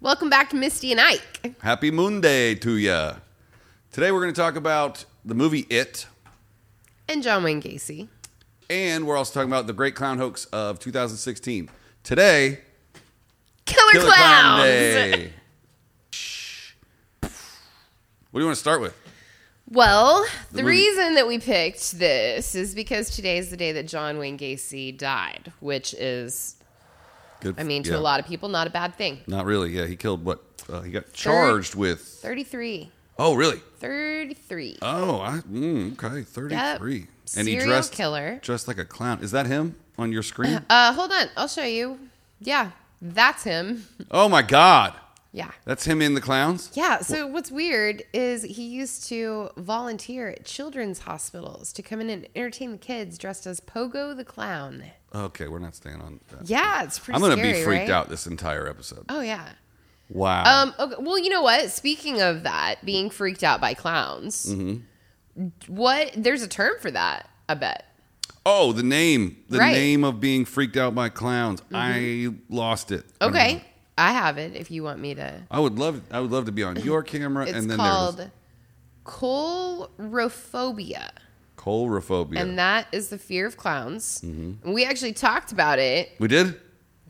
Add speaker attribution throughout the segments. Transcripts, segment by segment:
Speaker 1: Welcome back to Misty and Ike.
Speaker 2: Happy Moon Day to ya. Today we're going to talk about the movie It,
Speaker 1: And John Wayne Gacy.
Speaker 2: and we're also talking about the Great Clown Hoax of 2016. Today,
Speaker 1: Killer,
Speaker 2: Killer Clown
Speaker 1: Clowns.
Speaker 2: Day. what do you want to start with?
Speaker 1: Well, the,
Speaker 2: movie-
Speaker 1: reason that we picked this is because today is the day that John Wayne Gacy died, which is,
Speaker 2: Good.
Speaker 1: I mean, to
Speaker 2: yeah.
Speaker 1: a lot of people, not a bad thing.
Speaker 2: Not really. Yeah, he killed what? Uh, he got charged with.
Speaker 1: 33.
Speaker 2: Oh, really?
Speaker 1: 33.
Speaker 2: Oh, I, mm, okay, 33. And he
Speaker 1: Serial
Speaker 2: dressed
Speaker 1: killer.
Speaker 2: dressed like a clown. Is that him on your screen?
Speaker 1: Uh, hold on. I'll show you. Yeah, that's him.
Speaker 2: oh my god.
Speaker 1: Yeah.
Speaker 2: That's him in the clowns?
Speaker 1: Yeah. So what's weird is he used to volunteer at children's hospitals to come in and entertain the kids dressed as Pogo the Clown.
Speaker 2: Okay, we're not staying on that.
Speaker 1: Yeah, it's pretty
Speaker 2: I'm gonna
Speaker 1: scary,
Speaker 2: be freaked
Speaker 1: right?
Speaker 2: out this entire episode.
Speaker 1: Oh, yeah.
Speaker 2: Wow.
Speaker 1: Um, okay, well, you know what? Speaking of that, being freaked out by clowns,
Speaker 2: Mm-hmm.
Speaker 1: what? There's a term for that, I bet.
Speaker 2: oh, the name. The
Speaker 1: Right. Mm-hmm.
Speaker 2: name of being freaked out by clowns. I lost it. I don't
Speaker 1: Okay.
Speaker 2: know.
Speaker 1: I have it if you want me to.
Speaker 2: I would love I would love to be on your camera
Speaker 1: It's
Speaker 2: and then
Speaker 1: called
Speaker 2: there's
Speaker 1: colrophobia.
Speaker 2: colrophobia.
Speaker 1: And that is the fear of clowns.
Speaker 2: Mm-hmm.
Speaker 1: And we actually talked about it
Speaker 2: we did?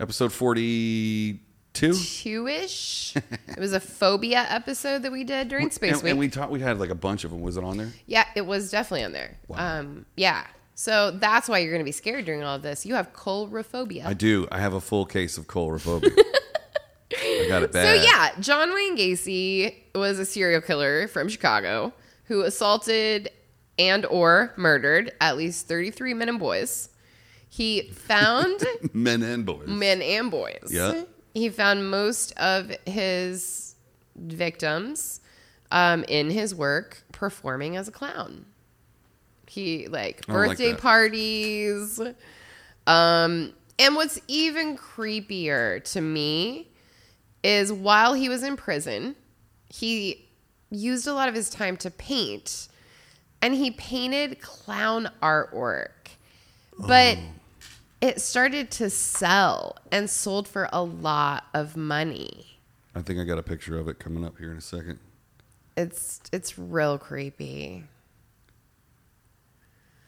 Speaker 2: Episode 42?
Speaker 1: two ish. it was a phobia episode that we did during Space
Speaker 2: and,
Speaker 1: Week.
Speaker 2: and we taught we had like a bunch of them. Was it on there?
Speaker 1: yeah, it was definitely on there.
Speaker 2: Wow.
Speaker 1: Um, yeah. So that's why you're going to be scared during all of this. You have colrophobia.
Speaker 2: I do. I have a full case of colrophobia. I got it
Speaker 1: So
Speaker 2: bad.
Speaker 1: yeah, John Wayne Gacy was a serial killer from Chicago who assaulted and or murdered at least 33 men and boys. He found
Speaker 2: Men and boys.
Speaker 1: men and boys.
Speaker 2: Yeah.
Speaker 1: He found most of his victims um, in his work performing as a clown. He like
Speaker 2: I don't like
Speaker 1: birthday
Speaker 2: that.
Speaker 1: parties. Um, and what's even creepier to me is while he was in prison, he used a lot of his time to paint and he painted clown artwork. But
Speaker 2: Oh.
Speaker 1: it started to sell and sold for a lot of money.
Speaker 2: I think I got a picture of it coming up here in a second.
Speaker 1: It's it's real creepy.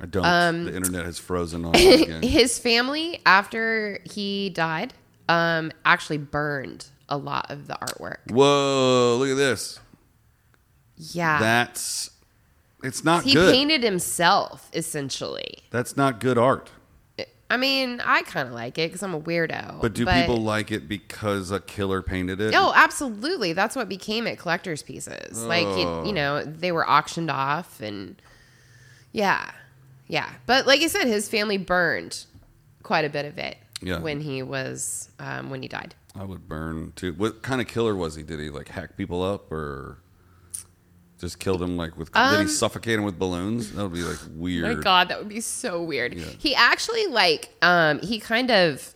Speaker 2: I don't.
Speaker 1: Um,
Speaker 2: the internet has frozen on me again.
Speaker 1: His family after he died um actually burned a lot of the artwork.
Speaker 2: Whoa! Look at this.
Speaker 1: Yeah.
Speaker 2: That's. It's not
Speaker 1: he
Speaker 2: good.
Speaker 1: painted himself essentially.
Speaker 2: That's not good art.
Speaker 1: I mean, I kind of like it because I'm a weirdo.
Speaker 2: But do people like it because a killer painted it?
Speaker 1: Oh, absolutely. That's what became it collector's pieces. Like,
Speaker 2: Oh.
Speaker 1: it, you know, they were auctioned off and yeah. Yeah. But like I said, his family burned quite a bit of it
Speaker 2: Yeah.
Speaker 1: when he was, um, when he died.
Speaker 2: I would burn too. What kind of killer was he? Did he like hack people up or just kill them like with? did he suffocate them with balloons? That would be like weird.
Speaker 1: Um, My God, that would be so weird. He actually like um he kind of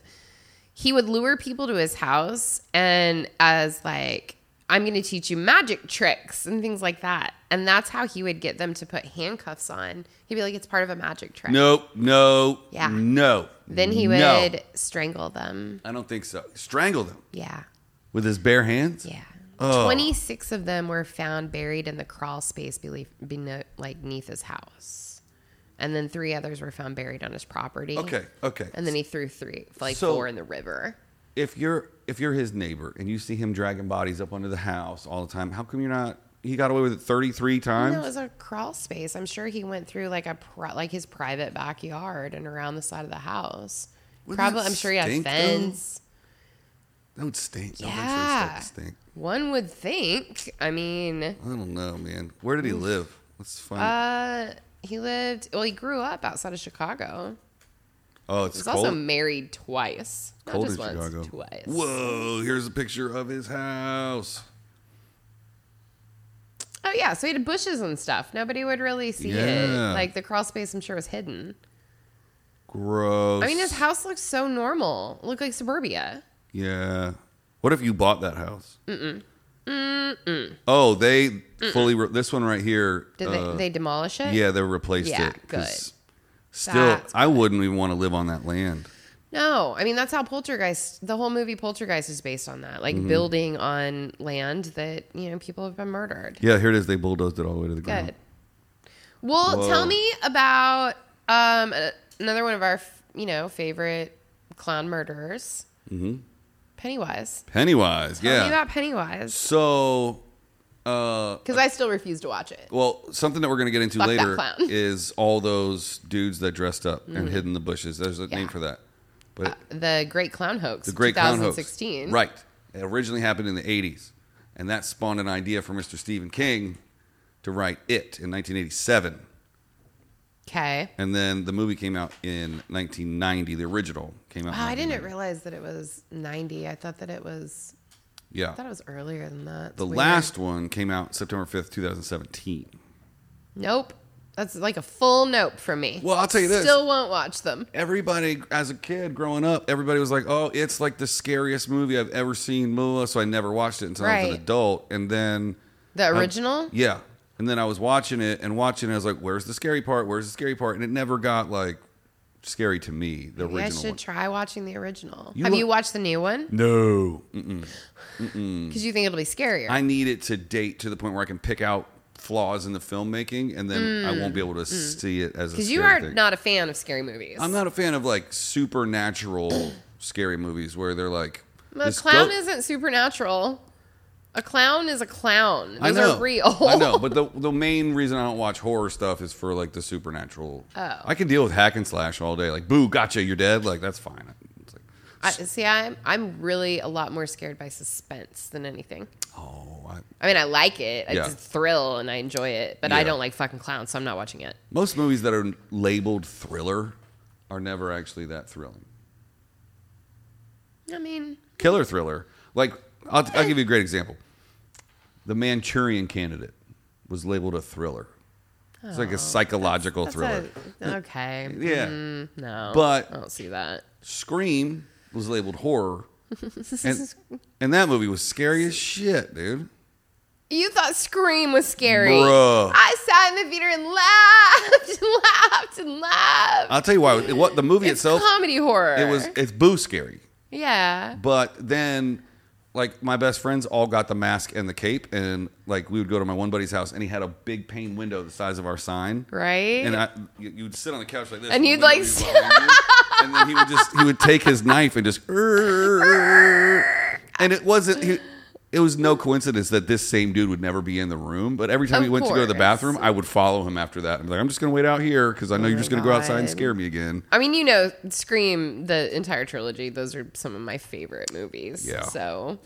Speaker 1: he would lure people to his house and as like I'm going to teach you magic tricks and things like that. And that's how he would get them to put handcuffs on. He'd be like it's part of a magic trick.
Speaker 2: Nope. No.
Speaker 1: Yeah.
Speaker 2: No.
Speaker 1: Then he would
Speaker 2: no.
Speaker 1: strangle them.
Speaker 2: I don't think so. Strangle them
Speaker 1: Yeah.
Speaker 2: with his bare hands.
Speaker 1: Yeah.
Speaker 2: Oh.
Speaker 1: 26 of them were found buried in the crawl space belief, beno- like beneath his house. And then three others were found buried on his property.
Speaker 2: Okay. Okay.
Speaker 1: And then he threw three, like
Speaker 2: So-
Speaker 1: four in the river.
Speaker 2: if you're if you're his neighbor and you see him dragging bodies up under the house all the time, how come you're not? He got away with it 33 times.
Speaker 1: No, it was a crawl space. I'm sure he went through like a pri- like his private backyard and around the side of the house.
Speaker 2: Wouldn't
Speaker 1: Probably,
Speaker 2: that
Speaker 1: I'm sure he had a
Speaker 2: stink, though?
Speaker 1: fence.
Speaker 2: that would stink. No,
Speaker 1: Yeah,
Speaker 2: that stink.
Speaker 1: one would think. I mean,
Speaker 2: I don't know, man. Where did he live? Let's find.
Speaker 1: Mm. uh, he lived. Well, he grew up outside of Chicago.
Speaker 2: oh, it's
Speaker 1: He's
Speaker 2: cold.
Speaker 1: also married twice. Not
Speaker 2: cold
Speaker 1: just
Speaker 2: in
Speaker 1: once,
Speaker 2: Chicago.
Speaker 1: twice.
Speaker 2: Whoa! Here's a picture of his house.
Speaker 1: Oh yeah, so he had bushes and stuff. Nobody would really see
Speaker 2: Yeah.
Speaker 1: it. Like the crawl space, I'm sure was hidden.
Speaker 2: Gross.
Speaker 1: I mean, his house looks so normal. It looked like suburbia.
Speaker 2: Yeah. What if you bought that house? Mm-mm. Mm-mm. Oh, they fully. Re- this one right here.
Speaker 1: Did
Speaker 2: uh,
Speaker 1: they, they demolish it?
Speaker 2: Yeah, they replaced
Speaker 1: Yeah,
Speaker 2: it. 'cause
Speaker 1: good.
Speaker 2: Still,
Speaker 1: That's
Speaker 2: I wouldn't even want to live on that land.
Speaker 1: No, I mean that's how Poltergeist, the whole movie Poltergeist is based on that,
Speaker 2: Mm-hmm.
Speaker 1: like building on land that you know people have been murdered.
Speaker 2: Yeah, here it is. They bulldozed it all the way to the ground.
Speaker 1: Good. Well,
Speaker 2: Whoa.
Speaker 1: tell me about um, a- another one of our f- you know favorite clown murderers, mm-hmm. Pennywise.
Speaker 2: Pennywise.
Speaker 1: Tell me
Speaker 2: yeah.
Speaker 1: about Pennywise
Speaker 2: so, uh,
Speaker 1: because I still refuse to watch it.
Speaker 2: well, something that we're going to get into
Speaker 1: Fuck that
Speaker 2: later
Speaker 1: clown. Mm.
Speaker 2: is all those dudes that dressed up and hid in the bushes. There's a name for that. But
Speaker 1: Uh, The Great Clown Hoax,
Speaker 2: the Great Clown Hoax.
Speaker 1: 2016.
Speaker 2: Right. It originally happened in the 80s. And that spawned an idea for Mr. Stephen King to write It in 1987.
Speaker 1: Okay.
Speaker 2: And then the movie came out in 1990. The original came out. in
Speaker 1: Wow, Oh, I
Speaker 2: 1990.
Speaker 1: didn't realize that it was 90. I thought that it was I
Speaker 2: Yeah.
Speaker 1: thought it was earlier than that. It's
Speaker 2: The
Speaker 1: weird.
Speaker 2: last one came out September 5th, 2017.
Speaker 1: Nope. That's like a full nope from me.
Speaker 2: Well, I'll tell you this.
Speaker 1: Still won't watch them.
Speaker 2: Everybody, as a kid growing up, everybody was like, oh, it's like the scariest movie I've ever seen. blah, blah, blah. So I never watched it until I was
Speaker 1: Right.
Speaker 2: an adult. And then.
Speaker 1: The
Speaker 2: Um,
Speaker 1: original?
Speaker 2: yeah. And then I was watching it and watching it. I was like, where's the scary part? Where's the scary part? And it never got like scary to me, the
Speaker 1: Maybe I
Speaker 2: original
Speaker 1: should
Speaker 2: one.
Speaker 1: try watching the original.
Speaker 2: You
Speaker 1: Have
Speaker 2: look-
Speaker 1: you watched the new one?
Speaker 2: no. Mm-mm.
Speaker 1: Because you think it'll be scarier.
Speaker 2: Mm, I need it to date to the point where I can pick out flaws in the filmmaking and then I won't be able to see it as a
Speaker 1: Mm. Because you
Speaker 2: scary
Speaker 1: are
Speaker 2: thing.
Speaker 1: not a fan of scary movies.
Speaker 2: I'm not a fan of like supernatural scary movies where they're like
Speaker 1: a
Speaker 2: this
Speaker 1: clown
Speaker 2: goat-
Speaker 1: isn't supernatural. A clown is a clown. Those
Speaker 2: I know.
Speaker 1: are real.
Speaker 2: I know, but the the main reason I don't watch horror stuff is for like the supernatural.
Speaker 1: Oh.
Speaker 2: I can deal with hack and slash all day. Like, boo, gotcha, you're dead. Like, that's fine. It's like,
Speaker 1: I, see, I'm I'm really a lot more scared by suspense than anything.
Speaker 2: oh, I,
Speaker 1: I mean, I like it.
Speaker 2: Yeah.
Speaker 1: It's a thrill and I enjoy it, but I
Speaker 2: Yeah.
Speaker 1: don't like fucking clowns, so I'm not watching it.
Speaker 2: most movies that are labeled thriller are never actually that thrilling.
Speaker 1: I mean,
Speaker 2: Killer thriller. Like, I'll, I'll give you a great example. The Manchurian Candidate was labeled a thriller. It's like a psychological
Speaker 1: Oh, that's
Speaker 2: thriller.
Speaker 1: a- okay.
Speaker 2: Yeah.
Speaker 1: Mm, no.
Speaker 2: But-
Speaker 1: I don't see that.
Speaker 2: Scream was labeled horror. and, and that movie was scary as shit, dude.
Speaker 1: You thought Scream was scary.
Speaker 2: Bruh.
Speaker 1: I sat in the theater and laughed and laughed and laughed.
Speaker 2: I'll tell you why. What the movie
Speaker 1: it's
Speaker 2: itself,
Speaker 1: comedy horror.
Speaker 2: it was it's boo scary.
Speaker 1: Yeah.
Speaker 2: But then, like my best friends all got the mask and the cape, and like we would go to my one buddy's house, and he had a big pane window the size of our sign.
Speaker 1: Right?
Speaker 2: And I, you- you'd sit on the couch like this,
Speaker 1: And
Speaker 2: the
Speaker 1: you'd,
Speaker 2: window
Speaker 1: like,
Speaker 2: would be behind you, and then he would just he would take his knife and just, and it wasn't. He, it was no coincidence that this same dude would never be in the room. But every time
Speaker 1: Of
Speaker 2: he went to go to the
Speaker 1: course.
Speaker 2: bathroom, I would follow him after that. and be like, I'm just gonna wait out here because I know you're
Speaker 1: Oh my
Speaker 2: just gonna go outside and
Speaker 1: God.
Speaker 2: scare me again.
Speaker 1: I mean, you know, Scream, the entire trilogy, those are some of my favorite movies.
Speaker 2: Yeah.
Speaker 1: So,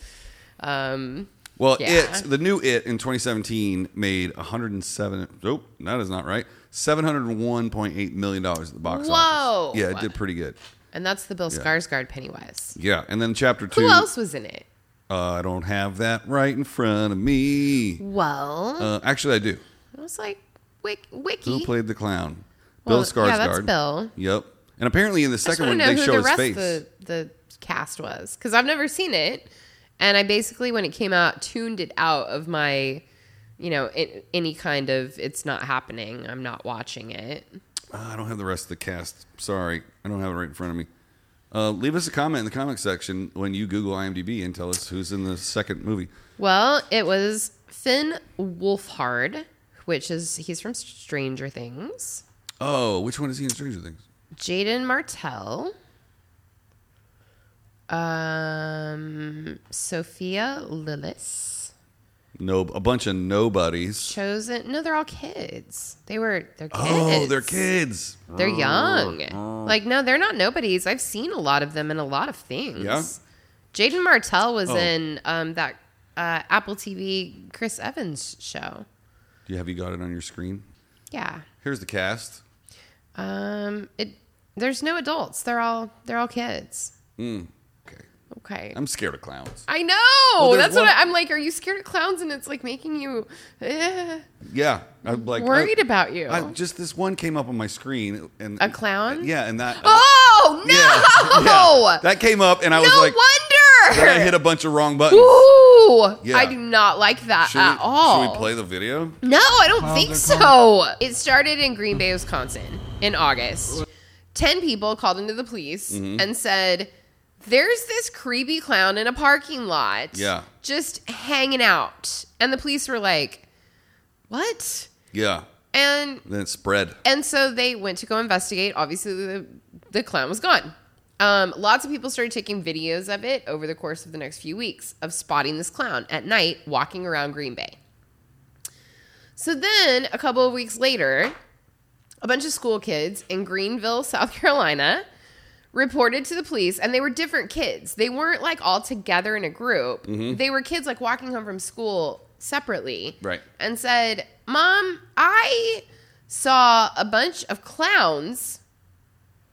Speaker 1: um,
Speaker 2: Well,
Speaker 1: Yeah.
Speaker 2: it the new it in 2017 made 107. Nope, that is not right. 701.8 million dollars at the box
Speaker 1: Whoa.
Speaker 2: office. Yeah, it did pretty good.
Speaker 1: and that's the Bill Skarsgård Pennywise.
Speaker 2: Yeah, and then chapter two.
Speaker 1: Who else was in it?
Speaker 2: Uh, I don't have that right in front of me.
Speaker 1: Mm. Well,
Speaker 2: Uh, actually, I do.
Speaker 1: I was like, Wick,
Speaker 2: Who
Speaker 1: Wiki.
Speaker 2: played the clown?
Speaker 1: Well,
Speaker 2: Bill Skarsgård.
Speaker 1: yeah, that's Bill.
Speaker 2: Yep. And apparently, in the
Speaker 1: I just
Speaker 2: second
Speaker 1: want
Speaker 2: one,
Speaker 1: to know
Speaker 2: they
Speaker 1: who
Speaker 2: show
Speaker 1: the
Speaker 2: his
Speaker 1: rest
Speaker 2: face.
Speaker 1: of the, the cast was because I've never seen it, and I basically when it came out tuned it out of my, you know, it, any kind of it's not happening. I'm not watching it.
Speaker 2: Ah, I don't have the rest of the cast. Sorry, I don't have it right in front of me. Uh, leave us a comment in the comment section when you Google IMDb and tell us who's in the second movie.
Speaker 1: Well, it was Finn Wolfhard, which is he's from Stranger Things.
Speaker 2: Oh, which one is he in Stranger Things?
Speaker 1: Jaden Martell. Um, Sophia Lillis.
Speaker 2: No, a bunch of nobodies.
Speaker 1: Chosen. No, they're all kids. They were. They're kids.
Speaker 2: Oh, they're kids. Oh,
Speaker 1: They're young. Like, no, they're not nobodies. I've seen a lot of them in a lot of things.
Speaker 2: Yeah?
Speaker 1: Jaden Martell was
Speaker 2: Oh.
Speaker 1: in um, that uh, Apple TV Chris Evans show.
Speaker 2: Do you have you got it on your screen?
Speaker 1: Yeah.
Speaker 2: Here's the cast.
Speaker 1: Um, it there's no adults. They're all they're all kids.
Speaker 2: Okay,
Speaker 1: Okay. i
Speaker 2: I'm scared of clowns.
Speaker 1: know.
Speaker 2: there's
Speaker 1: That's what
Speaker 2: one-
Speaker 1: I, I'm like. Are you scared of clowns? And it's like making you eh,
Speaker 2: Yeah, I'm like
Speaker 1: worried
Speaker 2: I-
Speaker 1: about you.
Speaker 2: I, just this one came up on my screen, and
Speaker 1: A clown?
Speaker 2: Yeah, and that.
Speaker 1: oh no!
Speaker 2: Yeah, yeah. that came up, and I was
Speaker 1: no
Speaker 2: like,
Speaker 1: wonder.
Speaker 2: then I hit a bunch of wrong buttons.
Speaker 1: Ooh,
Speaker 2: Yeah.
Speaker 1: I do not like that
Speaker 2: Should we-
Speaker 1: at all.
Speaker 2: Should we play the video?
Speaker 1: No, I don't
Speaker 2: Wow,
Speaker 1: think
Speaker 2: they're
Speaker 1: so. It started in Green Bay, Wisconsin in August. 10 people called into the police and said, There's this creepy clown in a parking lot.
Speaker 2: Yeah.
Speaker 1: Just hanging out. And the police were like, What?
Speaker 2: Yeah.
Speaker 1: And
Speaker 2: Then it spread.
Speaker 1: and so they went to go investigate. Obviously, the, the clown was gone. Um, lots of people started taking videos of it over the course of the next few weeks of spotting this clown at night walking around Green Bay. So then, a couple of weeks later, a bunch of school kids in Greenville, South Carolina, reported to the police, and they were different kids. They weren't like all together in a group. They were kids like walking home from school separately
Speaker 2: Right.
Speaker 1: and said, Mom, I saw a bunch of clowns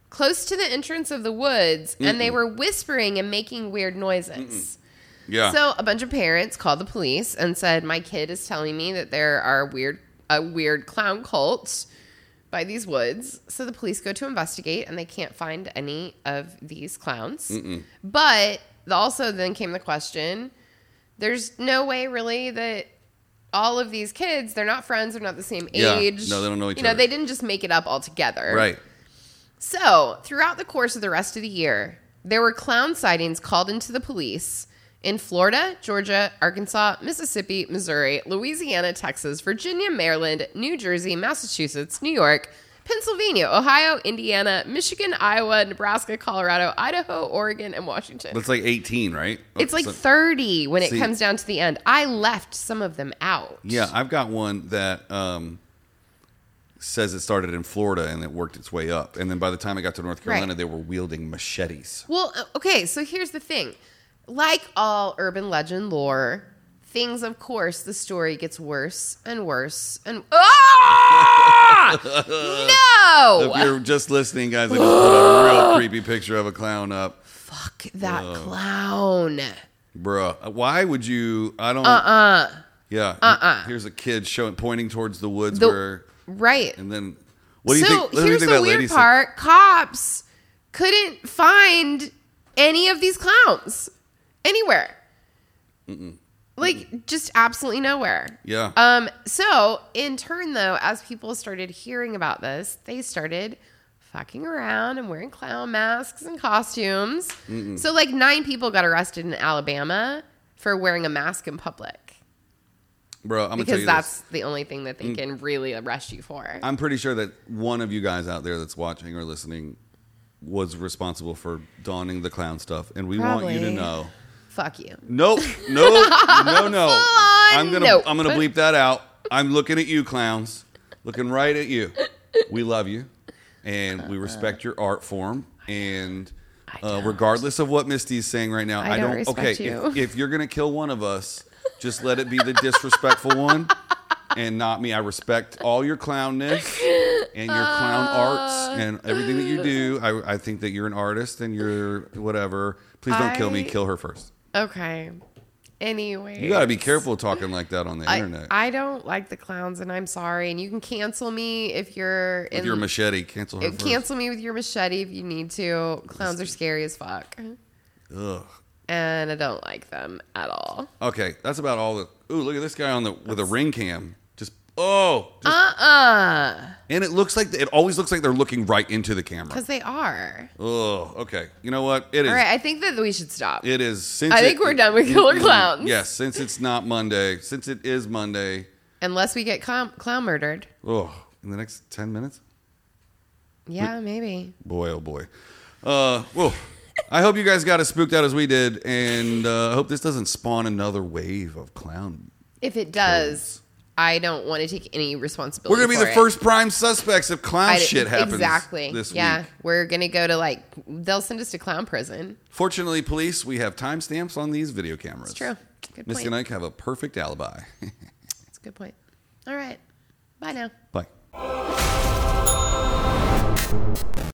Speaker 1: close to the entrance of the woods and they were whispering and making weird noises.
Speaker 2: Yeah.
Speaker 1: So a bunch of parents called the police and said, My kid is telling me that there are weird a weird clown cult by these woods. So the police go to investigate and they can't find any of these clowns. But also then came the question there's no way really that all of these kids, they're not friends, they're not the same
Speaker 2: Yeah.
Speaker 1: age.
Speaker 2: No, they don't know each
Speaker 1: You know,
Speaker 2: other.
Speaker 1: they didn't just make it up all together.
Speaker 2: right.
Speaker 1: So, throughout the course of the rest of the year, there were clown sightings called into the police in Florida, Georgia, Arkansas, Mississippi, Missouri, Louisiana, Texas, Virginia, Maryland, New Jersey, Massachusetts, New York, Pennsylvania, Ohio, Indiana, Michigan, Iowa, Nebraska, Colorado, Idaho, Oregon, and Washington.
Speaker 2: That's like 18, right?
Speaker 1: It's like
Speaker 2: So-
Speaker 1: 30 when it
Speaker 2: See-
Speaker 1: comes down to the end. I left some of them out.
Speaker 2: Yeah, I've got one that um, says it started in Florida and it worked its way up. And then by the time it got to North Carolina, they were wielding machetes.
Speaker 1: Well, uh, okay, so here's the thing. Like all urban legend lore, things, of course, the story gets worse and worse and. Ah!
Speaker 2: If
Speaker 1: no!
Speaker 2: you're just listening, guys, I just put a real creepy picture of a clown up.
Speaker 1: Fuck that clown.
Speaker 2: Bruh, Uh, why would you? I don't.
Speaker 1: Uh,
Speaker 2: yeah. Uh-uh. Here's a kid showing, pointing towards the woods
Speaker 1: The-
Speaker 2: where,
Speaker 1: right.
Speaker 2: and then what do you
Speaker 1: so
Speaker 2: think? What do you
Speaker 1: here's
Speaker 2: think
Speaker 1: the
Speaker 2: that lady
Speaker 1: weird
Speaker 2: said?
Speaker 1: part cops couldn't find any of these clowns anywhere. Like, just absolutely nowhere.
Speaker 2: Yeah.
Speaker 1: Um, so in turn though, as people started hearing about this, they started fucking around and wearing clown masks and costumes. So like nine people got arrested in Alabama for wearing a mask in public.
Speaker 2: Bro, I'm gonna tell
Speaker 1: Because
Speaker 2: you
Speaker 1: that's
Speaker 2: this. Mm.
Speaker 1: the only thing that they can really arrest you for.
Speaker 2: I'm pretty sure that one of you guys out there that's watching or listening was responsible for donning the clown stuff, and we want you to
Speaker 1: Probably.
Speaker 2: know.
Speaker 1: Fuck you.
Speaker 2: Nope, nope, no, no. I'm gonna,
Speaker 1: nope.
Speaker 2: I'm gonna bleep that out. I'm looking at you, clowns, looking right at you. We love you, and we respect your art form. And uh, regardless of what Misty's saying right now, I,
Speaker 1: don't
Speaker 2: don't.
Speaker 1: respect
Speaker 2: okay,
Speaker 1: you.
Speaker 2: If, if you're gonna kill one of us, just let it be the disrespectful one, and not me. I respect all your clownness and your clown
Speaker 1: Uh.
Speaker 2: arts and everything that you do. I, I think that you're an artist and you're whatever. Please don't kill me.
Speaker 1: I-
Speaker 2: Kill her first.
Speaker 1: Okay. Anyway.
Speaker 2: You got to be careful talking like that on the internet.
Speaker 1: I, I don't like the clowns and I'm sorry. And you can cancel me if you're
Speaker 2: With
Speaker 1: in
Speaker 2: your machete, cancel her.
Speaker 1: Uh, Cancel me with your machete if you need to. Clowns are scary as fuck.
Speaker 2: first. Ugh.
Speaker 1: And I don't like them at all.
Speaker 2: Okay, that's about all. The ooh, look at this guy on the with a ring cam. Just oh, just-
Speaker 1: Uh uh
Speaker 2: and it looks like it always looks like they're looking right into the camera.
Speaker 1: Because they are.
Speaker 2: Oh, okay. You know what? It is.
Speaker 1: All right. I think that we should stop.
Speaker 2: It is. Since
Speaker 1: I
Speaker 2: it-
Speaker 1: think we're done with killer clowns.
Speaker 2: Mm-hmm. Yes, since it's not Monday. Since it is Monday.
Speaker 1: Unless we get clown, clown murdered.
Speaker 2: Oh, in the next ten minutes. Mm.
Speaker 1: Yeah, maybe.
Speaker 2: Boy, oh boy. Uh, whoa. I hope you guys got as spooked out as we did, and uh, I hope this doesn't spawn another wave of clown
Speaker 1: If it does, I don't want to take any responsibility.
Speaker 2: We're gonna be
Speaker 1: for
Speaker 2: the
Speaker 1: it.
Speaker 2: first prime suspects if clown
Speaker 1: I-
Speaker 2: shit happens.
Speaker 1: Exactly.
Speaker 2: This
Speaker 1: yeah.
Speaker 2: week.
Speaker 1: We're going to go to like, they'll send us to clown prison.
Speaker 2: Fortunately, police, we have timestamps on these video cameras.
Speaker 1: It's true. Good
Speaker 2: Misty
Speaker 1: point.
Speaker 2: and Ike have a perfect alibi.
Speaker 1: That's a good point. All right. Bye now.
Speaker 2: Bye.